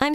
I'm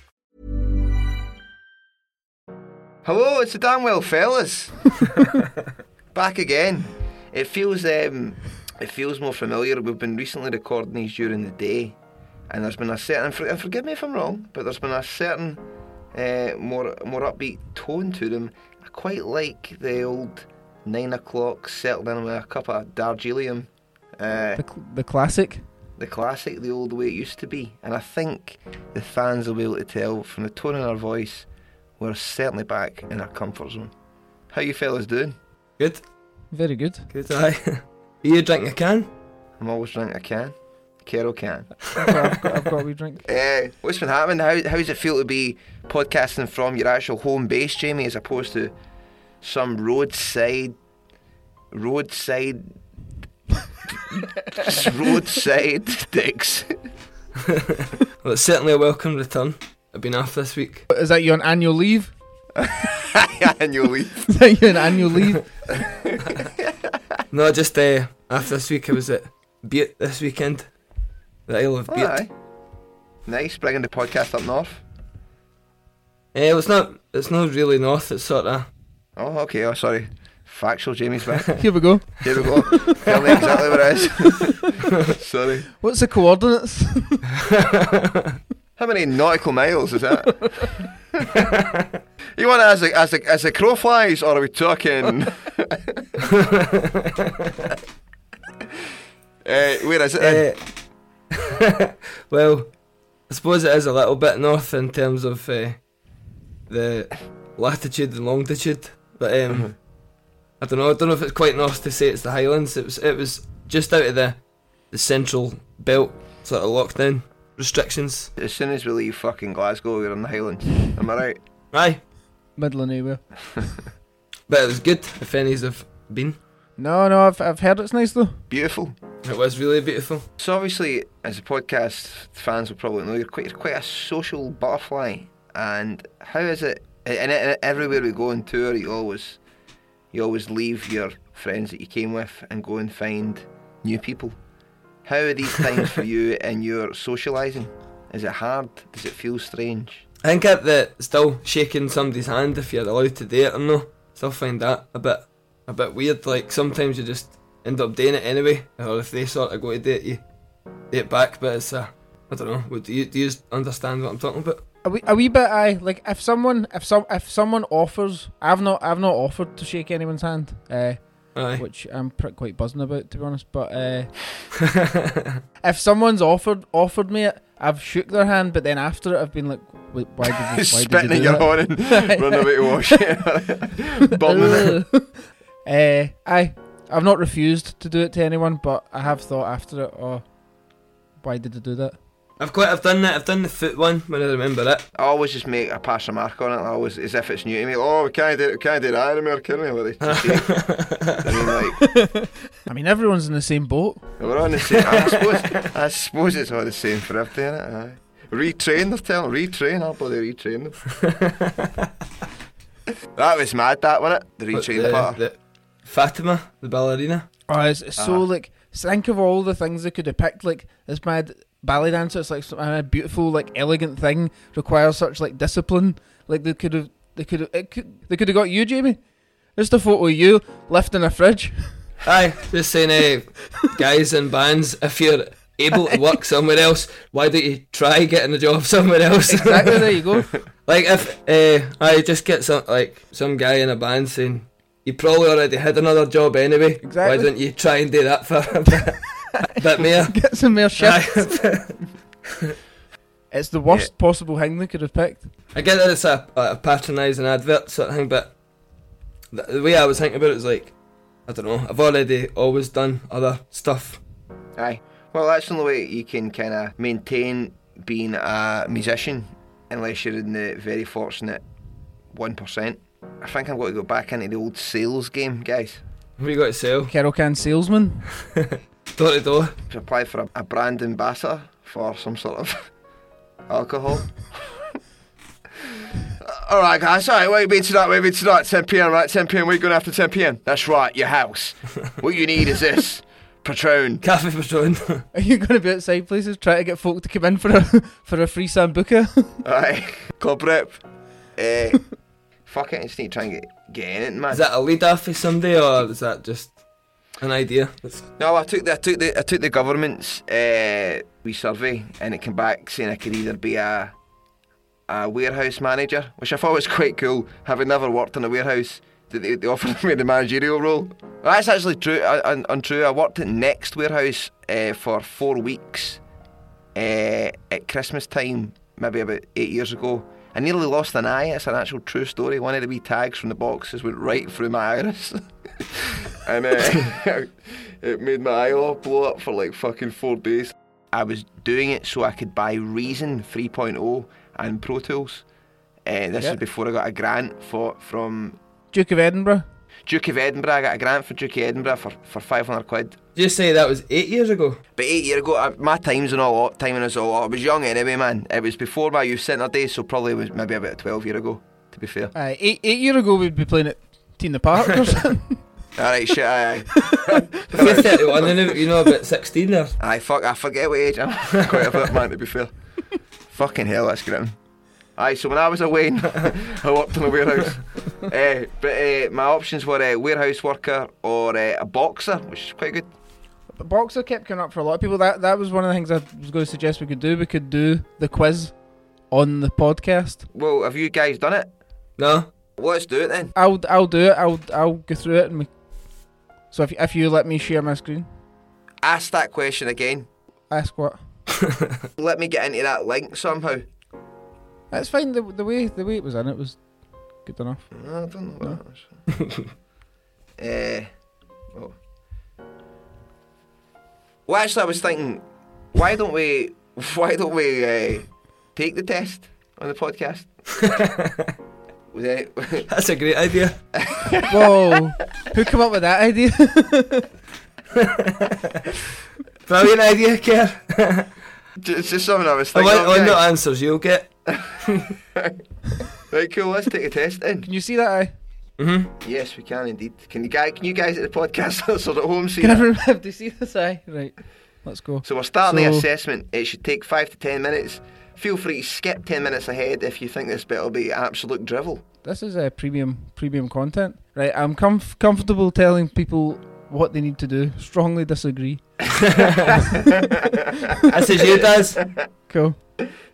Hello, it's the damn well fellas. Back again. It feels um, it feels more familiar. We've been recently recording these during the day, and there's been a certain. And, for, and forgive me if I'm wrong, but there's been a certain uh, more more upbeat tone to them. I quite like the old nine o'clock settled in with a cup of Darjeelium. Uh, The, cl- the classic. the classic, the old way it used to be. And I think the fans will be able to tell from the tone in our voice, we're certainly back in our comfort zone. How you fellas doing? Good, Very good. good. Aye. Are you drinking a can? I'm always drinking a can. Carol can. I've got, I've got a wee drink. Uh, what's been happening? How, how does it feel to be podcasting from your actual home base, Jamie, as opposed to some roadside, roadside, roadside dicks? Well, it's certainly a welcome return. I've been off this week. Is that you on annual leave? Annually. Is that you on annual leave? No, just uh, after this week, I was at Beat this weekend. The Isle of Beat. Aye. Nice, bringing the podcast up north. Eh, well, it's not. It's not really north. It's sort of. Oh, okay. Oh, sorry. Factual, Jamie's back. Here we go. Here we go. Tell me exactly where it is. sorry. What's the coordinates? How many nautical miles is that? you want it as a, as a, as a crow flies, or are we talking? uh, where is it? then? Eh, well, I suppose it is a little bit north in terms of uh, the latitude and longitude, but um, Mm-hmm. I don't know. I don't know if it's quite north to say it's the Highlands. It was. It was just out of the the central belt sort of lockdown restrictions. as soon as we leave fucking Glasgow, we're in the Highlands. Am I right? Aye, Middle of nowhere. but it was good. If any's have been, No, no, I've, I've heard it's nice though. Beautiful. it was really beautiful. So obviously, as a podcast, fans will probably know you're quite you're quite a social butterfly. And how is it? And, and everywhere we go on tour, you always you always leave your friends that you came with and go and find new people. How are these times for you in your socialising? Is it hard? Does it feel strange? I think at the still shaking somebody's hand if you're allowed to do it or no, still find that a bit a bit weird. Like sometimes you just end up doing it anyway, or if they sort of go to do it, you do it back. But it's uh, I don't know. Would do you do you understand what I'm talking about? A wee, a wee bit, aye. Like if someone, if some, if someone offers, I've not, I've not offered to shake anyone's hand, uh, Aye. which I'm pr- quite buzzing about to be honest. But uh, if someone's offered offered me it, I've shook their hand, but then after it, I've been like, "Wait, why did you? Why did Spitting you in do your that?" horn and running away to wash it. Bumming it. uh, aye, I've not refused to do it to anyone, but I have thought after it, oh, why did I do that? I've quite I've done that. I've done the foot one when I remember it. I always just make a pass remark on it. I always, as if it's new to me. Oh, we can't do it. We can't do that anymore, can we? What they just say. I mean, like. I mean, everyone's in the same boat. We're on the same. I suppose. I suppose it's all the same for everything. innit? Aye. retrain, they're telling retrain. I'll bloody retrain them. that was mad, that wasn't it? The But retrain the- part. the- Fatima, the ballerina. Ah. Oh, it's, it's so like think of all the things they could depict. Like this mad ballet dancer, it's like some a beautiful, like elegant thing requires such like discipline. Like they could have, they could have, it could, they could have got you, Jamie. Just a photo of you lifting a fridge. Aye, just saying, uh, guys in bands, if you're able to work somewhere else, why don't you try getting a job somewhere else? Exactly. there you go. like if uh, I just get some like some guy in a band saying, you probably already had another job anyway. Exactly. Why don't you try and do that for a bit, bit more? Get some more shit. Aye. It's the worst possible thing they could have picked. I get that it's a, a patronising advert sort of thing, but the, the way I was thinking about it was like, I don't know, I've already always done other stuff. Aye. Well, that's the only way you can kind of maintain being a musician, unless you're in the very fortunate 1%. I think I'm going to go back into the old sales game, guys. What you got to sell? Carol can salesman. Door to door. To apply for a, a brand ambassador for some sort of alcohol. All right, guys. All right, what you mean tonight? What you mean tonight? 10 p.m. Right, 10 p.m. We're going after 10 p.m. That's right, your house. what you need is this Patron. Cafe Patron. Are you going to be outside places trying to get folk to come in for a for a free sambuca? Aye, club rep. Eh, fuck it, I just need to try and get, get in it, man. Is that a lead off for somebody or is that just an idea? It's No, I took the I took the I took the government's uh, wee survey, and it came back saying I could either be a a warehouse manager, which I thought was quite cool, having never worked in a warehouse. That they, they offered me the managerial role. Well, that's actually true. Uh, un, untrue. I worked at Next Warehouse uh, for four weeks uh, at Christmas time, maybe about eight years ago. I nearly lost an eye. It's an actual true story. One of the wee tags from the boxes went right through my iris. and uh, it made my eye all blow up for like fucking four days. I was doing it so I could buy Reason 3.0 and Pro Tools. Uh, this Yeah. is before I got a grant for from Duke of Edinburgh. Duke of Edinburgh. I got a grant for Duke of Edinburgh for, for 500 quid. Did you say that was eight years ago? But eight years ago, I, my time's an all up, timing is all up. I was young anyway, man. It was before my youth centre days, so probably it was maybe about 12 year ago, to be fair. Aye, eight eight year ago we'd be playing at Tina Park or something. Alright, shit, aye, aye. If you're 31 and you know about 16 there. Aye, fuck, I forget what age I'm. Quite a bit, man, to be fair. Fucking hell, that's grim. Aye, so when I was away, I worked in a warehouse. Eh, but eh, my options were a warehouse worker or eh, a boxer, which is quite good. But Boxer kept coming up for a lot of people. That that was one of the things I was going to suggest we could do. We could do the quiz on the podcast. Well, have you guys done it? No? Let's do it then. I'll I'll do it. I'll I'll go through it. And we... So if if you let me share my screen, Ask that question again. ask what. Let me get into that link somehow. That's fine. The, the way the way it was in it was good enough. I don't know what that was. uh, oh. Well, actually, I was thinking, why don't we, why don't we uh, take the test on the podcast? Was it- That's a great idea. Whoa! Who came up with that idea? Brilliant idea, Kerr. Ju- it's just something I was Oh, I thinking. want, I want of, no guys. answers you'll get. Right, cool. Let's take a test then. Can you see that? Eye? Yes, we can indeed. Can you guys, can you guys at the podcast also at home see Can that? everyone have to see this? Eye right. Let's go. So we're starting the So- assessment. It should take five to ten minutes. Feel free to skip ten minutes ahead if you think this bit will be absolute drivel. This is a premium premium content, right? I'm comf- comfortable telling people what they need to do. Strongly disagree. That's as you does. Cool.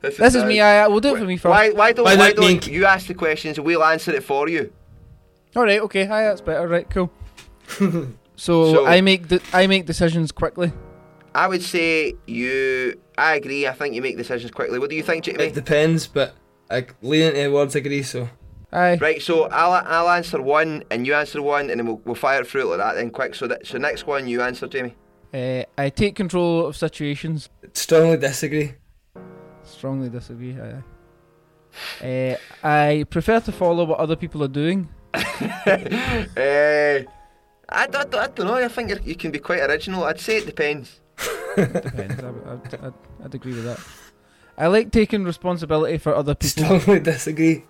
This is me. I, I will do it for me first. Why, why don't, Why why not don't me? you ask the questions and we'll answer it for you? All right. Okay. Hi. That's better. Right. Cool. so, So- I make de- I make decisions quickly. I would say you. I agree. I think you make decisions quickly. What do you think, Jamie? It depends, but I lean into words agree, so. Aye. Right, so I'll, I'll answer one and you answer one and then we'll, we'll fire it through it like that then quick. So that, so next one you answer, Jamie. Uh, I take control of situations. Strongly disagree. Strongly disagree. Aye. aye. Uh, I prefer to follow what other people are doing. Uh, I, don't, I don't know. I think you're, you can be quite original. I'd say it depends. Depends. I, would- I'd, I'd, I'd agree with that. I like taking responsibility for other people. Strongly disagree.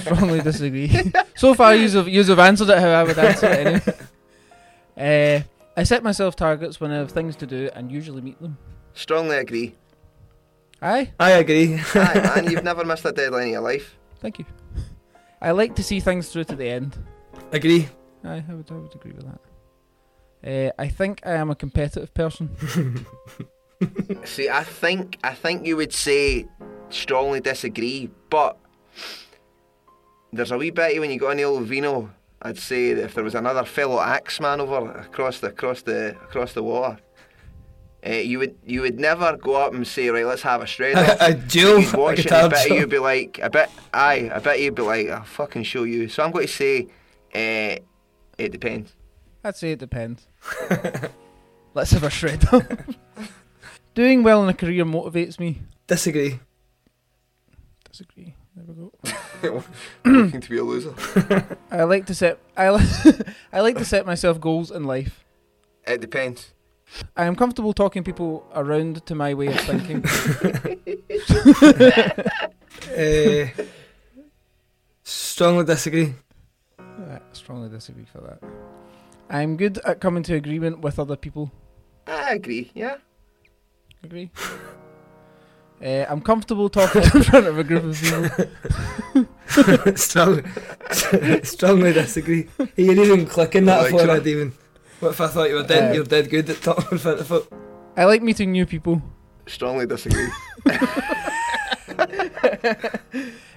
Strongly disagree. so far, yous have, yous have answered it how I would answer it anyway. Uh, I set myself targets when I have things to do and usually meet them. Strongly agree. Aye, I agree. Aye, man, you've never missed a deadline in your life. thank you. I like to see things through to the end. Agree. Aye, I would, I would agree with that. Uh, I think I am a competitive person. See, I think I think you would say strongly disagree, but there's a wee bit when you go on the old vino. I'd say that if there was another fellow axeman over across the across the across the water, eh, you would you would never go up and say right, let's have a shred. off." A duel, You'd a watch it, guitar I bet duel. you'd be like, I bet aye, I bet you'd be like, I'll fucking show you. So I'm going to say, eh, it depends. I'd say it depends. Let's have a shred. Doing well in a career motivates me. Disagree. Disagree. There we go. Looking to be a loser. I like to set. I li- I like to set myself goals in life. It depends. I am comfortable talking people around to my way of thinking. Eh, strongly disagree. I strongly disagree for that. I am good at coming to agreement with other people. I agree. Yeah. Agree. Uh, I'm comfortable talking in front of a group of people. strongly, strongly disagree. You're even clicking that Like for that. it, even. What if I thought you were dead? Eh. you're dead good at talking in front of it. I like meeting new people. Strongly disagree.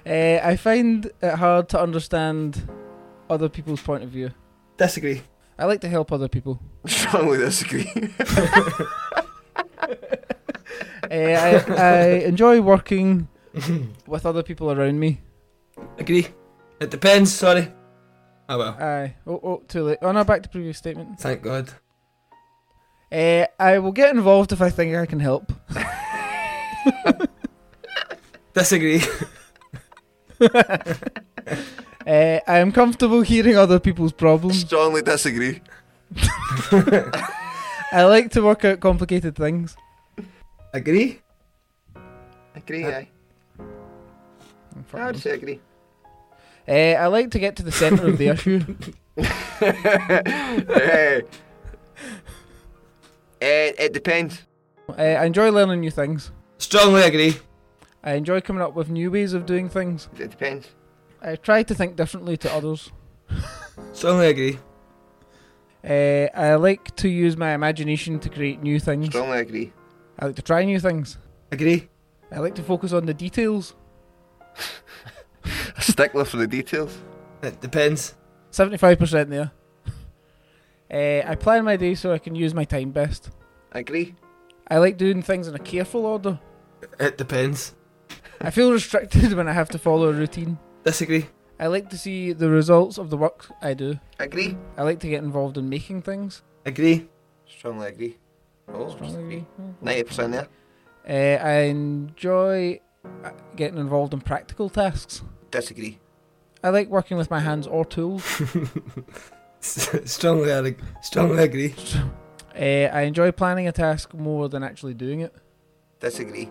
Uh, I find it hard to understand other people's point of view. Disagree. I like to help other people. Strongly disagree. Uh, I, I enjoy working with other people around me. Agree. It depends. Sorry. Oh well. Aye. Oh, oh, too late. Oh no, back to previous statement. Thank God. Uh, I will get involved if I think I can help. Disagree. Uh, I am comfortable hearing other people's problems. Strongly disagree. I like to work out complicated things. Agree. Agree, aye. I would say agree. Uh, I like to get to the centre of the issue. Eh, it depends. Uh, I enjoy learning new things. Strongly agree. I enjoy coming up with new ways of doing things. It depends. I try to think differently to others. Strongly agree. Uh, I like to use my imagination to create new things. Strongly agree. I like to try new things. Agree. I like to focus on the details. A stickler for the details. It depends. 75% there. Uh, I plan my day so I can use my time best. Agree. I like doing things in a careful order. It depends. I feel restricted when I have to follow a routine. Disagree. I like to see the results of the work I do. Agree. I like to get involved in making things. Agree. Strongly agree. Oh, Strongly ninety percent there. Uh, I enjoy uh, getting involved in practical tasks. Disagree. I like working with my hands or tools. strongly agree. Strongly agree. Uh, I enjoy planning a task more than actually doing it. Disagree.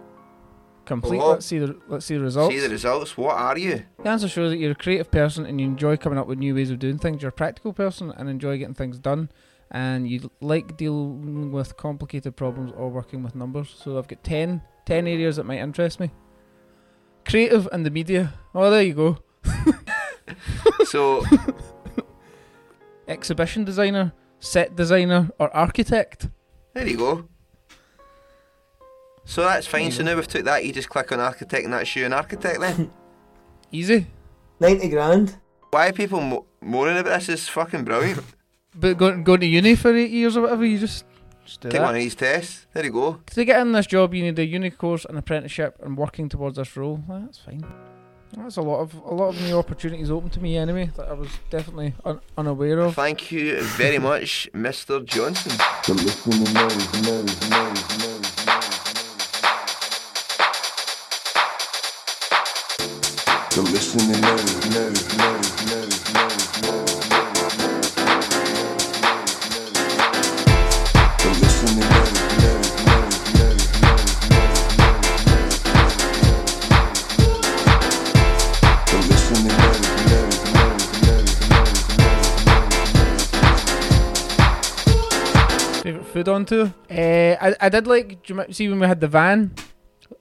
Complete. Oh. Let's see the let's see the results. See the results. What are you? The answer shows that you're a creative person and you enjoy coming up with new ways of doing things. You're a practical person and enjoy getting things done. And you like dealing with complicated problems or working with numbers. So I've got 10, 10 areas that might interest me. Creative and the media. Oh, there you go. so Exhibition designer, set designer, or architect. there you go. So that's fine. So now we've took that. You just click on architect, and that's you an architect then. Easy. Ninety grand. Why are people mo- moaning about this? Is fucking brilliant. But going, going to uni for eight years or whatever, you just, just do Take that. one of these tests. There you go. To get in this job, you need a uni course, an apprenticeship, and working towards this role. Well, That's fine. That's a lot of a lot of new opportunities open to me anyway that I was definitely un- unaware of. Thank you very much, Mr. Johnson. Thank food onto. Uh, I I did like. Do you remem- see when we had the van,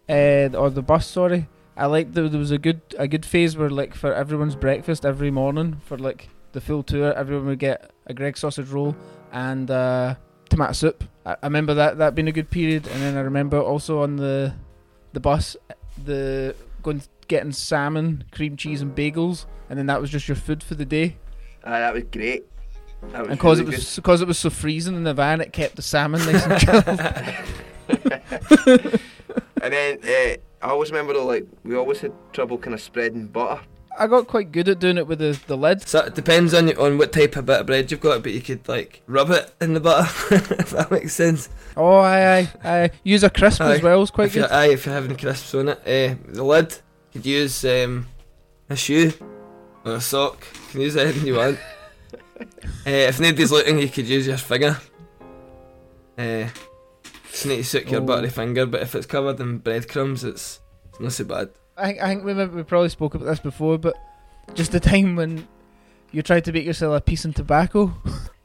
uh, or the bus? Sorry, I liked there, there was a good a good phase where like for everyone's breakfast every morning for like the full tour, everyone would get a Greg sausage roll and uh, tomato soup. I, I remember that that being a good period, and then I remember also on the the bus the going getting salmon, cream cheese, and bagels, and then that was just your food for the day. Aye, Ah, that was great. That was And because really good. it was because it was so freezing in the van, it kept the salmon nice and chilled. And then uh, I always remember though, like we always had trouble kind of spreading butter. I got quite good at doing it with the the lid. So it depends on on what type of bit of bread you've got, but you could like rub it in the butter if that makes sense. Oh, aye, aye, aye. Use a crisp as Aye. well is quite if you're, good. aye, if you're having crisps on it, eh, the lid could use um, a shoe or a sock. You can use anything you want. Eh, if nobody's looking, you could use your finger. Eh, just need to soak your Oh. buttery finger, but if it's covered in breadcrumbs, it's, it's not so bad. I think I think we maybe- we probably spoke about this before, but just the time when you tried to make yourself a piece of tobacco.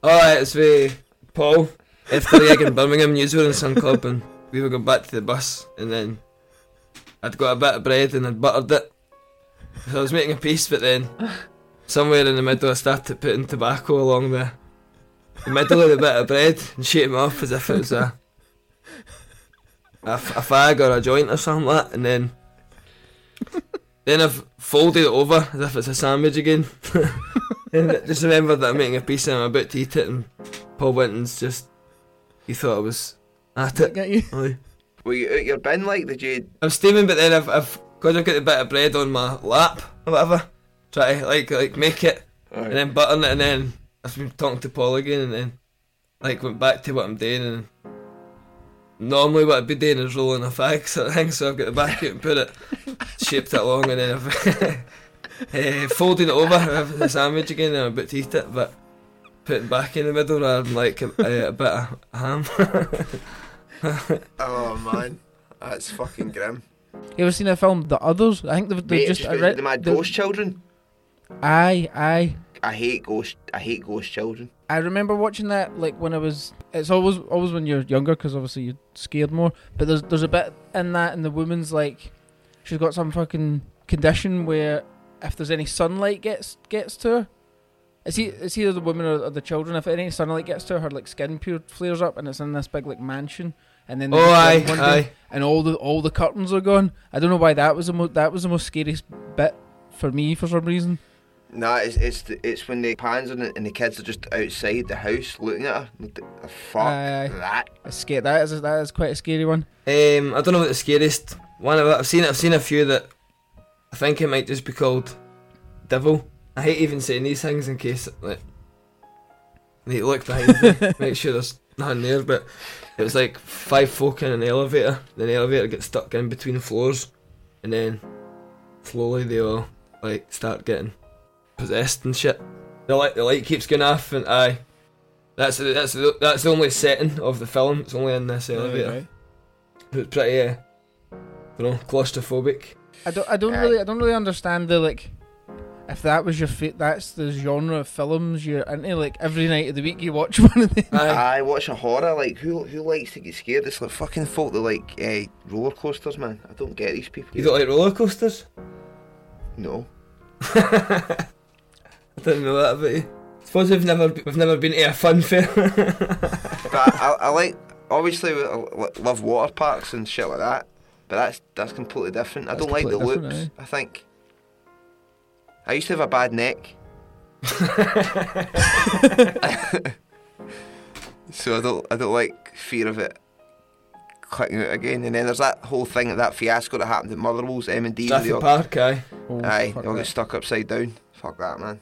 Alright, it's me, Paul. After the egg in Birmingham, news were in Sun Club, and we were going back to the bus, and then I'd got a bit of bread and I'd buttered it. So I was making a piece, but then somewhere in the middle, I started putting tobacco along the, the middle of the bit of bread and shaping it off as if it was a, a, f- a fag or a joint or something like that, and then. Then I've folded it over as if it's a sandwich again. And I just remember that I'm making a piece and I'm about to eat it, and Paul Winton's just. He thought I was at it. Look at you. Aye. Were you out your bin like? Did you? I'm steaming, but then I've, I've, because I've got the bit of bread on my lap or whatever, try to like, like make it, and then button it, and then I've been talking to Paul again, and then like went back to what I'm doing, and normally what I'd be doing is rolling a fag sort of thing, so I've got the back out and put it, shaped it along, and then I've eh, folding it over with the sandwich again, and I'm about to eat it, but putting back in the middle rather than like a, a, a bit of ham. Oh man, that's fucking grim. You ever seen a film The Others? I think they've, Mate, they've just. it's I got read- the mad they've- ghost children. Aye, aye. I hate ghost. I hate ghost children. I remember watching that like when I was. It's always always when you're younger because obviously you're scared more. But there's there's a bit in that and the woman's like, she's got some fucking condition where if there's any sunlight gets gets to her, it's, e- it's either the woman or, or the children. If any sunlight gets to her, her like skin pure flares up and it's in this big like mansion. And then they Oh, just aye, leave one day aye. and all the all the curtains are gone. I don't know why that was the most that was the most scariest bit for me for some reason. Nah, it's it's the, it's when they pans on it and the kids are just outside the house looking at her. Look at- oh, Fuck Aye, aye. that. I scared that is that is quite a scary one. Um, I don't know what the scariest one of it. I've seen I've seen a few that I think it might just be called Devil. I hate even saying these things in case like I need to look behind me, make sure there's nothing there. But it was like five folk in an elevator. Then the elevator gets stuck in between floors, and then slowly they all like start getting possessed and shit. The light the light keeps going off, and aye, that's the, that's the, that's the only setting of the film. It's only in this elevator. It's pretty, uh, you know, claustrophobic. I don't. I don't Aye. really. I don't really understand the like. If that was your fa- that's the genre of films you're into. Like every night of the week, you watch one of them. Aye. I watch a horror like who who likes to get scared? It's like fucking folk that like uh, roller coasters, man. I don't get these people. You don't like roller coasters? No. I didn't know that about you. Suppose we've never we've never been to a fun fair. but I, I like obviously I lo- love water parks and shit like that. But that's that's completely different. I That's don't like the completely loops. different, eh? I think I used to have a bad neck, so I don't I don't like fear of it clicking out again. And then there's that whole thing that fiasco that happened at Motherwell's M and D. Daffy Park, aye. Oh, Aye, fuck they all that. get stuck upside down. Fuck that, man.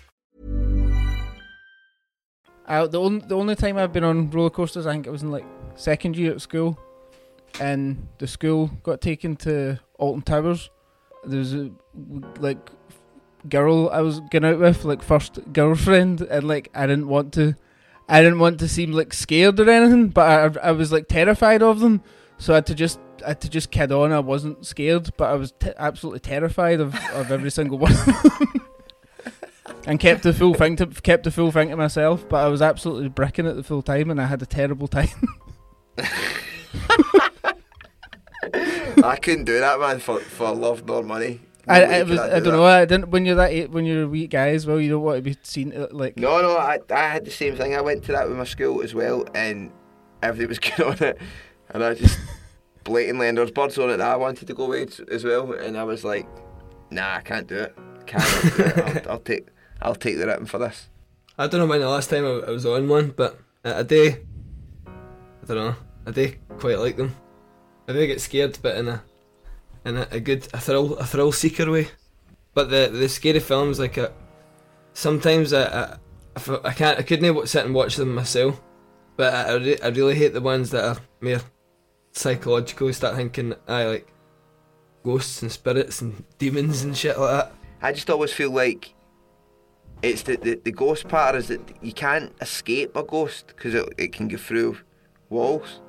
I, the only the only time I've been on roller coasters, I think it was in like second year at school, and the school got taken to Alton Towers. There was a like girl I was going out with, like first girlfriend, and like I didn't want to, I didn't want to seem like scared or anything, but I I was like terrified of them, so I had to just. I had to just kid on. I wasn't scared, but I was t- absolutely terrified of, of every single one of them, and kept the full thing to kept the full thing to myself. But I was absolutely bricking it the full time, and I had a terrible time. I couldn't do that, man, for, for love nor money. No I, way I, could was, do I don't that. know. I didn't. When you're that, eight- when you're a weak guy as well, you don't want to be seen uh, like. No, no, I, I had the same thing. I went to that with my school as well, and everything was good on it. And I just blatantly, and there was birds on it that I wanted to go with as well. And I was like, nah, I can't do it. Can't. do it. I'll, I'll take, I'll take the written for this. I don't know when the last time I, I was on one, but uh, I do. I don't know. I do quite like them. I do get scared, but in a in a, a good a thrill a thrill seeker way. But the the scary films like uh sometimes I I, I f- I can't I couldn't wa- sit and watch them myself. But I I, re- I really hate the ones that are mere psychological. You start thinking I like ghosts and spirits and demons and shit like that. I just always feel like it's the, the, the ghost part is that you can't escape a ghost because it, it can go through walls.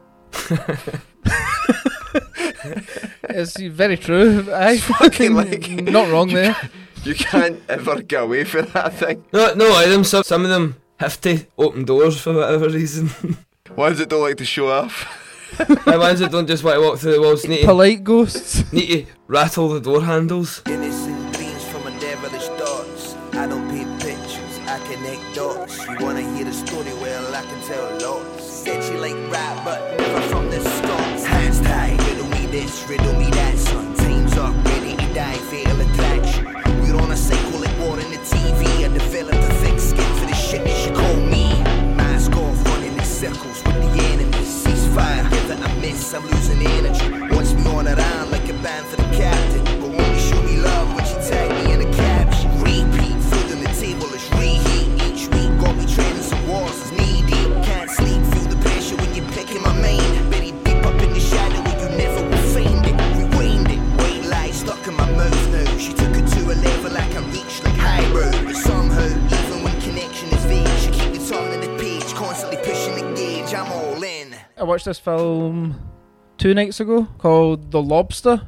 It's very true. I fucking fucking like- not wrong there. You can't ever get away from that thing. No, no, I them some some of them have to open doors for whatever reason. Ones that don't like to show off. My ones that don't just want to walk through the walls need to, Polite ghosts. need to rattle the door handles. Innocent dreams from my devilish thoughts. I don't paint pictures, I connect dots. You wanna hear the story? Well, I can tell lots. Said she like rap, but never from the stocks. Hands tied, riddle me this, riddle me that. Son, teams are ready to die, fatal attraction. You don't wanna say call it war in the TV. I developed a thick skin for the shit that you call me. Mask off, running in circles with the enemy. Ceasefire, whether I miss, I'm losing energy. Once more around like a band for the captain. But only show me love when she tagged me in a caption. Repeat, filling the table is reheat. Each week, got me training some walls is knee deep. Can't sleep, feel the pressure when you're picking my main. Buried deep up in the shadow where you never will find it. Rewind it, wait lies stuck in my mouth now. She took it to a level I can reach like high road. But somehow, even when connection is vague, she keep the tongue in the page, constantly pushing the gauge. I'm all in. I watched this film two nights ago called The Lobster.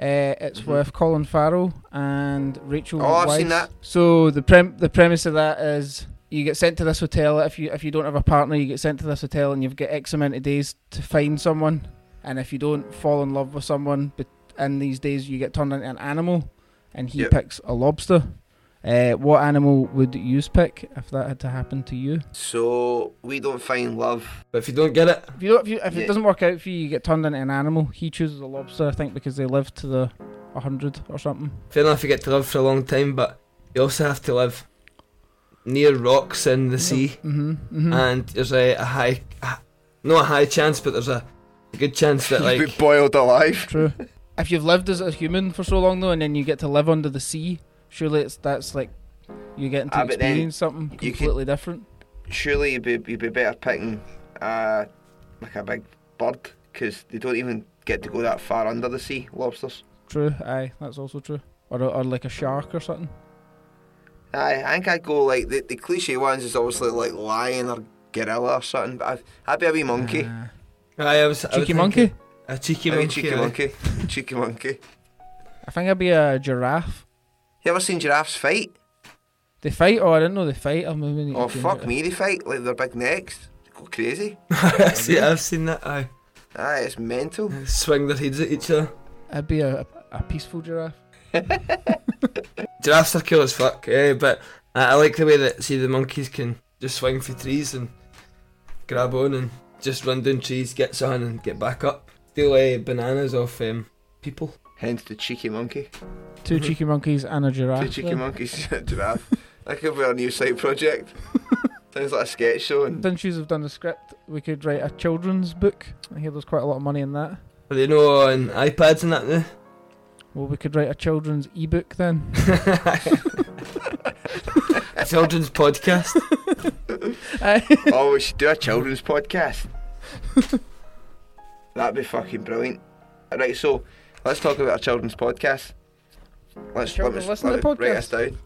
Uh, it's with Colin Farrell and Rachel. Mm-hmm. Oh, I've Weisz. seen that. So the prem- the premise of that is you get sent to this hotel if you if you don't have a partner, you get sent to this hotel and you've got X amount of days to find someone, and if you don't fall in love with someone bet- in these days, you get turned into an animal, and he Yep. picks a lobster. Uh, what animal would you pick if that had to happen to you? So we don't find love. But if you don't get it, If you don't, if, you, if Yeah. it doesn't work out for you, you get turned into an animal. He chooses a lobster, I think, because they live to the hundred or something. fair enough, you get to live for a long time, but you also have to live near rocks in the sea, Mm-hmm. and there's a, a high, a- not a high chance, but there's a, a good chance that like You'd be boiled alive. True. if you've lived as a human for so long though, and then you get to live under the sea, surely it's that's like you getting to Ah, but then experience something you could- completely different. Surely you'd be, you'd be better picking uh, like a big bird because they don't even get to go that far under the sea, lobsters. True. Aye, that's also true. Or or like a shark or something. I, I think I'd go like the, the cliche ones is obviously like lion or gorilla or something, but I'd, I'd be a wee monkey. Ah. I, I was I would cheeky think monkey. a cheeky Maybe monkey, eh? cheeky aye. monkey. cheeky monkey. I think I'd be a giraffe. You ever seen giraffes fight? They fight. Oh, I didn't know they fight. I'm moving. Oh fuck me, they fight like their big necks. They go crazy. I've seen- Mm-hmm. I've seen that. I Aye, it's mental. swing their heads at each other. I'd be a, a peaceful giraffe. Giraffes are cool as fuck, eh? But I, I like the way that see the monkeys can just swing for trees and grab on and just run down trees, get on and get back up. Steal uh, bananas off um, people. Hence the cheeky monkey. 2 cheeky monkeys and a giraffe. Mm-hmm. Two cheeky then. monkeys and a giraffe. That could be our new side project. Sounds like a sketch show. And Since you've done the script, we could write a children's book. I hear there's quite a lot of money in that. Are they no on iPads and that now? Well, we could write a children's ebook then. Children's podcast. oh, we should do a children's podcast. That'd be fucking brilliant. Right, so let's talk about our children's podcast. Let's Children let me, listen let to me break us podcasts. down.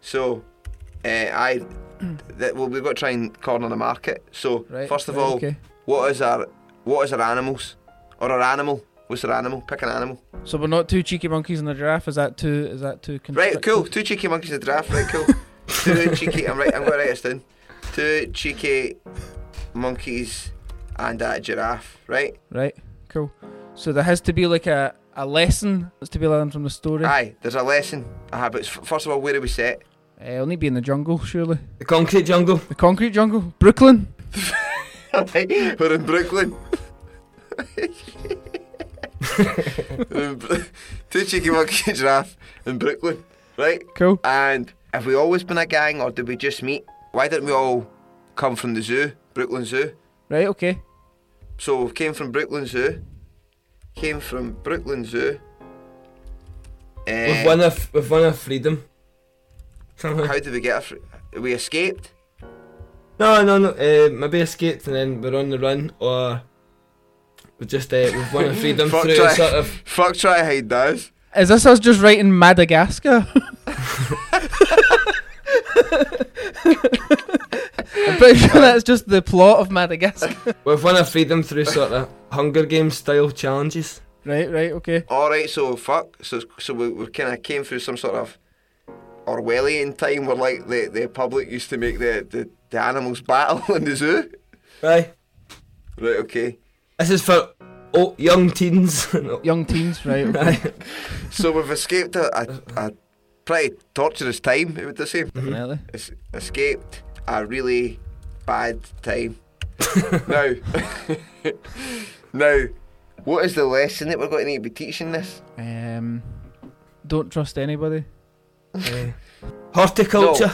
So, uh, I that well, we've got to try and corner the market. So, Right, first of right, all, okay. what is our what is our animals or our animal? What's our animal? Pick an animal. so we're not two cheeky monkeys and a giraffe. Is that too? Is that too? Right, constrictive? cool. Two cheeky monkeys in the draft. Right, cool. Two cheeky. I'm right. I'm going to write this down. Two cheeky monkeys and a giraffe. Right. Right, cool. So there has to be like a, a lesson that's to be learned from the story. Uh, Aye. There's a lesson. Aye, but it's- first of all, where are we set? Eh, it'll need to be in the jungle, surely. The concrete jungle. The concrete jungle, Brooklyn. We're in Brooklyn. We're in Bru- Two cheeky monkey and giraffe in Brooklyn. Right. Cool. And have we always been a gang, or did we just meet? Why didn't we all come from the zoo, Brooklyn Zoo? Right, okay. So came from Brooklyn Zoo. Came from Brooklyn Zoo. We've Uh, won our f- we've won our freedom. how did we get? Our fr- we escaped. No, no, no. Uh, maybe escaped and then we're on the run, or we just uh, we've won our freedom Fuck through try, sort of. fuck try and hide those. Is this us just writing Madagascar? I'm pretty sure that's just the plot of Madagascar. We've won our freedom through sort of Hunger Games style challenges. Right, right, okay. All right, so fuck. So so we, we kind of came through some sort of Orwellian time where like the, the public used to make the, the, the animals battle in the zoo. Right. Right. Okay. This is for oh, young teens. No. Young teens, right? Okay. Aye. So we've escaped a, a, a pretty torturous time. Would Mm-hmm. they say? Definitely. es- escaped a really bad time. now, now, what is the lesson that we're going to need to be teaching this? Um, don't trust anybody. Eh, horticulture.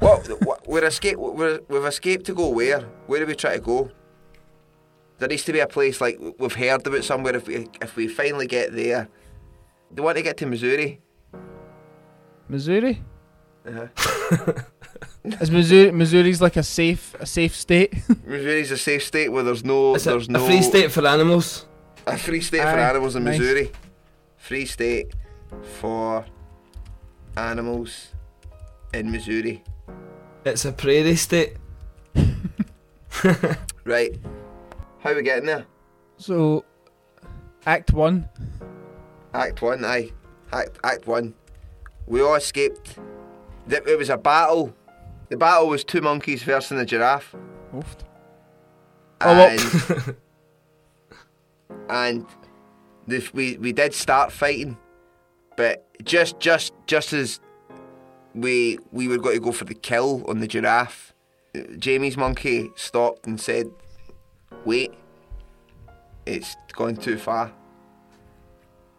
What, what we're escape, we're, we've escaped to go where? Where do we try to go? There needs to be a place like we've heard about somewhere. If we if we finally get there, they want to get to Missouri. Missouri. Uh-huh. Is Missouri Missouri's like a safe a safe state? Missouri's a safe state where there's no It's a, there's a no free state for animals. A free state for Aye, animals in nice. Missouri. Free state for animals in Missouri. It's a prairie state. Right. How we getting there? so, Act One. Act one, aye. Act Act one. We all escaped. Th- It was a battle. The battle was two monkeys versus a giraffe. Oofed. Oh, And, well. and the, f- we we did start fighting, but just just just as we we were going to go for the kill on the giraffe, uh, Jamie's monkey stopped and said, "Wait, it's gone too far."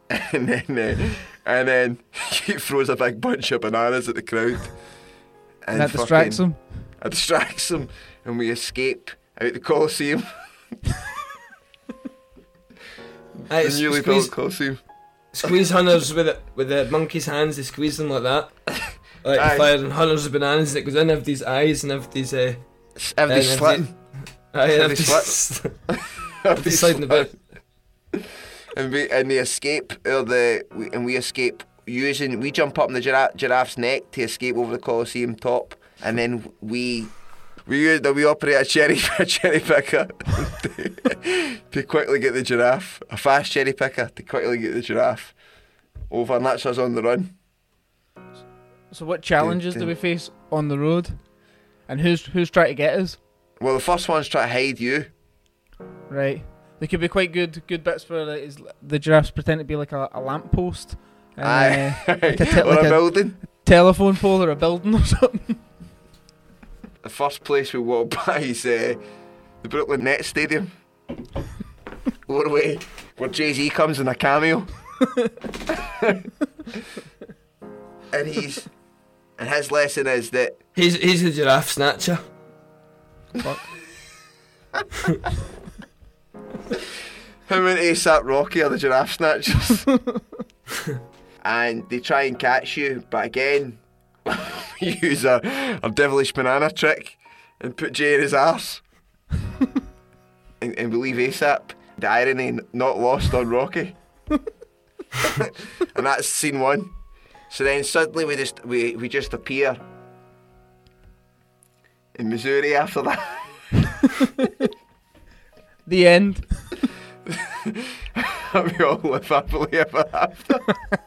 And then uh, and then he throws a big bunch of bananas at the crowd. And that distracts fucking- them. it distracts them, and we escape out the Colosseum, Aye, the s- newly squeeze- built Colosseum. Squeeze hunters with it with the monkey's hands. They squeeze them like that. Like Aye. firing hunters of bananas. And it goes in. Have these eyes and have these. Uh, Have they and have slid? Aye, and Have have they these. Have They sliding about. And we and they escape, or the we, and we escape using. We jump up on the giraffe, giraffe's neck to escape over the Colosseum top, and then we. We use that we operate a cherry a cherry picker to, to quickly get the giraffe a fast cherry picker to quickly get the giraffe over and that's us on the run. So, what challenges do dun. we face on the road? And who's who's trying to get us? Well, the first one's try to hide you. Right. They could be quite good good bits where like, is- the giraffes pretend to be like a, a lamppost. and, Aye. uh, like a, t- or like a a, building. telephone pole or a building or something. The first place we walked by is uh, the Brooklyn Nets Stadium. Over way, where Jay Z comes in a cameo. and he's. And his lesson is that He's he's the giraffe snatcher. Fuck. Him and ASAP Rocky are the giraffe snatchers. and they try and catch you, but again, we use a, a devilish banana trick and put Jay in his arse. and, and we leave ASAP. The irony n- not lost on Rocky. and that's scene one. So then suddenly we just we, we just appear in Missouri after that. The end. we all live happily ever after.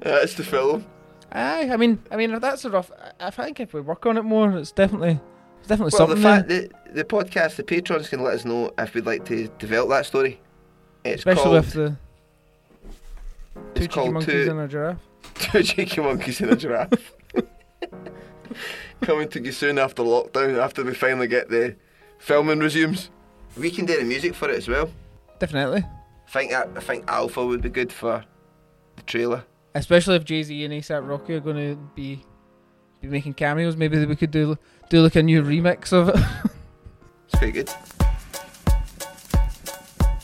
That's the film. Aye, I mean, I mean, if that's a rough. I- I think if we work on it more, it's definitely, it's definitely Well, the something. fact that the podcast, the patrons can let us know if we'd like to develop that story. It's especially called, with the two it's cheeky called monkeys two, and a giraffe. two cheeky monkeys and a giraffe. Coming to you soon after lockdown, after we finally get the filming resumes. We can do the music for it as well. Definitely, I think that, I think Alpha would be good for the trailer. especially if Jay Z and ASAP Rocky are going to be be making cameos. Maybe we could do do like a new remix of it. It's pretty good.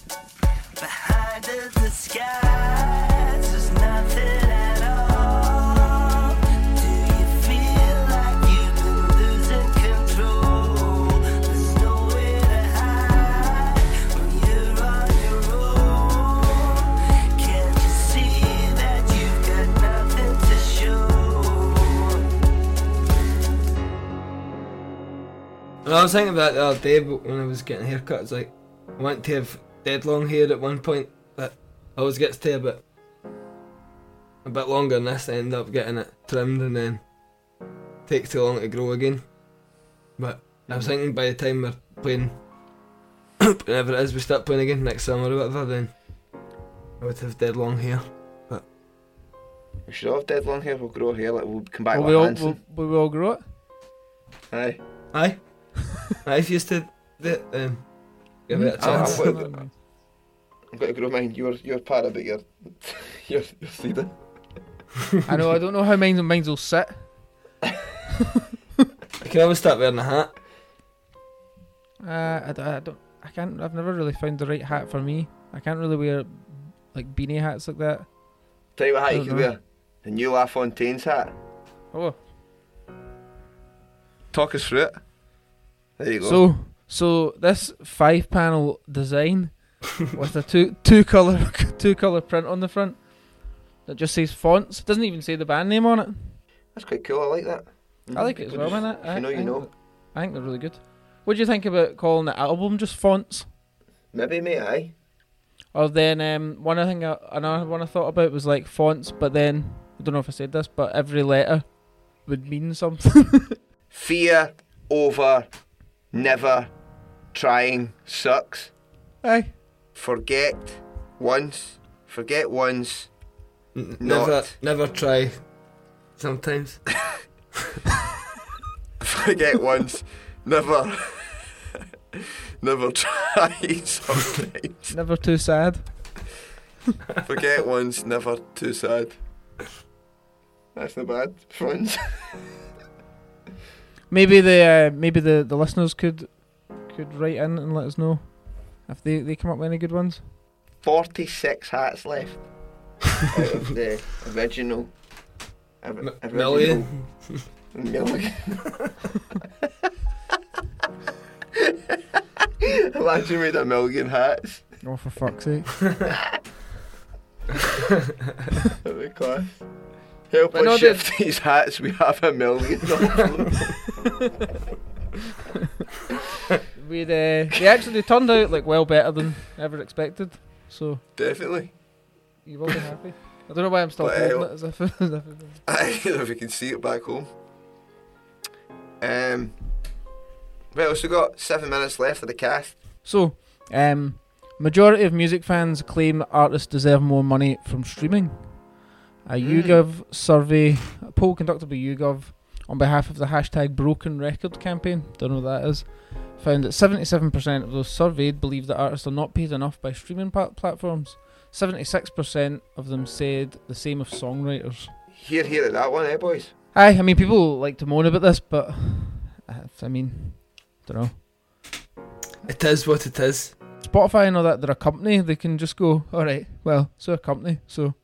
Behind the disguise is nothing at all. Do you feel like you've been losing control? There's nowhere to hide when you're on your own. Can't you see that you've got nothing to show? And I was thinking about that the other day but when I was getting haircuts. Like, I want to have dead long hair at one point, but I always gets to a bit, a bit longer than this. I end up getting it trimmed and then takes too long to grow again. But I was thinking by the time we're playing, whenever it is we start playing again next summer or whatever, then I would have dead long hair. We should all have dead long hair. We'll grow hair like we'll come back Will with we all Hanson. will, will we all grow it? Aye. Aye, aye. If you used to, do it, um, give Mm, it a I'll- I'll chance. put it- I've got to grow mine. You're you're part of it. You're you're, you're cedar. I know. I don't know how mine's mine's will sit. I can always start wearing a hat. Uh, I, d- I don't. I can't. I've never really found the right hat for me. I can't really wear like beanie hats like that. Tell you what hat you Don't can know. wear. The new LaFontaine's hat. Oh, Talk us through it. There you go. so so this five panel design with a two two color two color print on the front that just says fonts. Doesn't even say the band name on it. that's quite cool. I like that. I like it as People well, just- man. I, if you know, I you think know. that- I think they're really good. What do you think about calling the album just fonts? Maybe mate, aye. Or then um, one I think I, another one I thought about was like fonts, but then I don't know if I said this, but every letter would mean something. Fear over, never, trying sucks. Aye. Forget once, forget once. N- Not. Never, never try. Sometimes. Forget once, never, never try sometimes. Never too sad. Forget once, never too sad. That's not bad, friends. Maybe the uh, maybe the, the listeners could could write in and let us know if they, they come up with any good ones. 46 hats left out of the original. or- M- original million. Million. Imagine made a million hats. Oh, for fuck's sake! That'd be class. Help But no, us the- shift these hats, we have a million. We uh, they actually turned out like well better than ever expected. So Definitely. you will be happy. I don't know why I'm still Well- holding it as if, as if I don't know if you can see it back home. Um, right, we've still got seven minutes left of the cast. So, um, Majority of music fans claim artists deserve more money from streaming. A YouGov survey, a poll conducted by YouGov on behalf of the hashtag Broken Record campaign, don't know what that is, found that 77% of those surveyed believe that artists are not paid enough by streaming pla- platforms. 76% of them said the same of songwriters. Here, here at that one, eh, boys? Aye, I mean, people like to moan about this, but uh, I mean, don't know. It is what it is. Spotify and all that, they're a company. They can just go, all right, well, so a company, so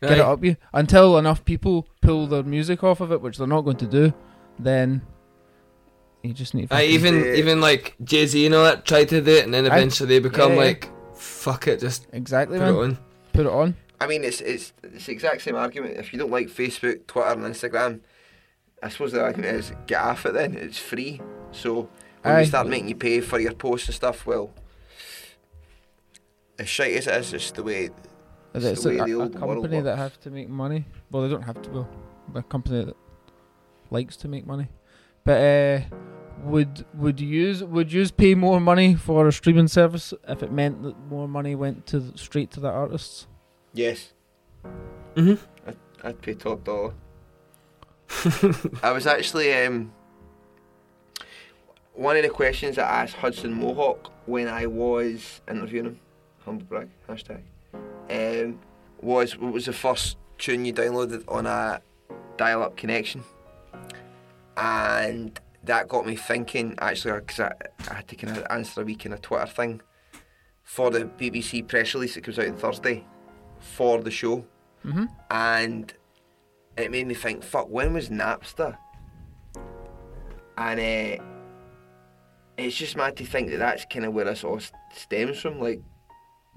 get Right. it up you. Until enough people pull their music off of it, which they're not going to do, then you just need. I fucking- even even like Jay Z and all that tried to do it, and then Aye. eventually they become Yeah. like, fuck it, just exactly put man. it on. Put it on. I mean, it's it's it's the exact same argument. If you don't like Facebook, Twitter, and Instagram, I suppose the argument is get off it. Then it's free. So when Aye. we start making you pay for your posts and stuff, well, as shite as it is, it's the way. It's, the way a, the old a world company works. that have to make money. Well, they don't have to. Well, a company that likes to make money. But uh, would would use would use pay more money for a streaming service if it meant that more money went to the, straight to the artists? Yes, Mhm. I'd, I'd pay top dollar. I was actually um, one of the questions I asked Hudson Mohawk when I was interviewing him, humble brag hashtag, um, was what was the first tune you downloaded on a dial-up connection, and that got me thinking actually because I, I had to kind of answer a week in a Twitter thing for the BBC press release that comes out on Thursday for the show, Mm-hmm. and it made me think, fuck, when was Napster? And uh, it's just mad to think that that's kind of where this all s- stems from, like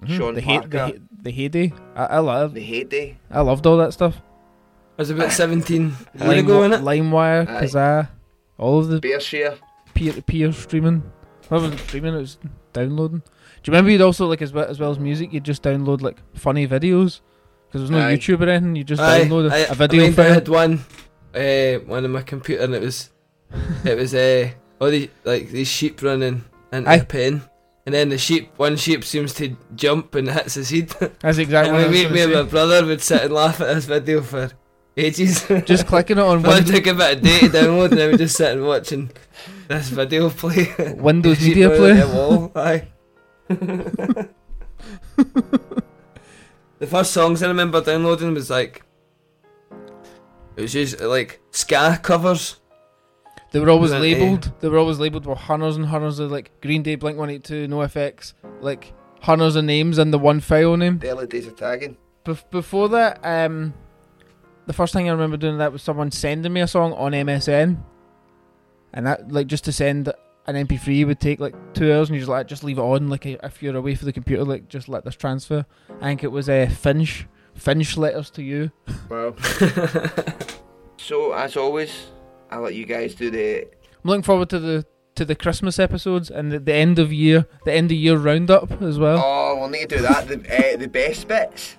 Sean Mm-hmm. the, Parker, hate, the, he- the heyday. I, I love the heyday. I loved all that stuff. It was about 17 years Lime, ago, innit? LimeWire, Aye. Kazaa, all of the Bear share. peer-to-peer streaming. Well, it wasn't streaming, it was downloading. Do you remember you'd also like as well as well as music, you'd just download like funny videos because there was no Aye. YouTube or anything. You just Aye, download a I- a video I, remember I file. had one, uh, one on my computer, and it was, it was uh, all the like these sheep running into Aye. a pen, and then the sheep, one sheep seems to jump and hits his head. That's exactly and what I we, me, was gonna me and my say. brother would sit and laugh at this video for ages. Just clicking it on Well, it Win- took a bit of day to download, and then we just sit and watching this video play. Windows Sheep Media running Player. at the wall, Aye. the first songs I remember downloading was like it was just like ska covers. They were always Aye. labeled. They were always labeled with hunters and hunters of like Green Day, Blink One Eight Two, No FX, like hunters and names and the one file name. The early days of tagging. Bef- before that, um, the first thing I remember doing that was someone sending me a song on MSN, and that like just to send an MP3 would take like two hours, and you just like just leave it on like uh, if you're away from the computer, like just let this transfer. I think it was a uh, Finch, Finch letters to you. Wow. so as always, I'll let you guys do the I'm looking forward to the to the Christmas episodes and the, the end of year, the end of year roundup as well. Oh, we'll need to do that. The, uh, the best bits.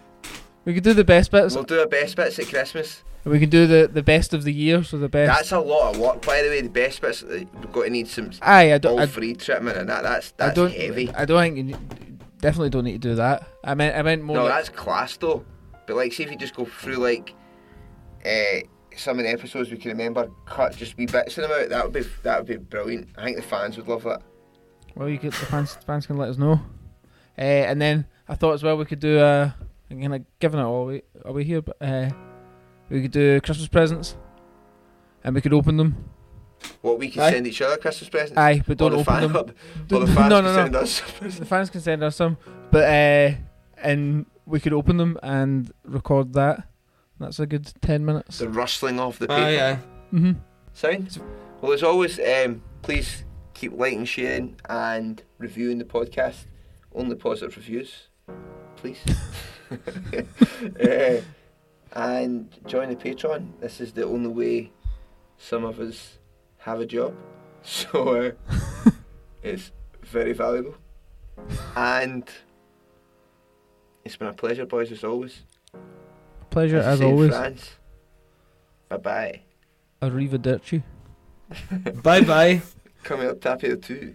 We could do the best bits. We'll do our best bits at Christmas. We could do the the best of the year, so the best. That's a lot of work, by the way. The best bits. uh, We've got to need some Aye, I don't. all I, free treatment and that. That's I that's don't. heavy. I don't think you ne- definitely don't need to do that. I meant I meant more. no, like- that's class though. But like, see if you just go through like uh, some of the episodes we can remember, cut just wee bits of them out. That would be that would be brilliant. I think the fans would love that. well, you could the fans fans can let us know. Uh, and then I thought as well we could do uh, I'm kind of giving it all away, away here, but uh, we could do Christmas presents, and we could open them. What we can Aye. send each other Christmas presents. Aye, Or but don't the open fan them. club. Or the fans no, can no, no. send us. The fans can send us some, but uh, and we could open them and record that. That's a good ten minutes. the rustling off the paper. Aye, aye. hmm Sound? Well, as always, um, please keep liking, sharing, and reviewing the podcast. Only positive reviews, please. Uh, and join the Patreon. This is the only way some of us have a job. So uh, it's very valuable. And it's been a pleasure, boys, as always. Pleasure I as say in always. France. Bye bye. Arrivederci. Bye bye. Coming up, tap here too.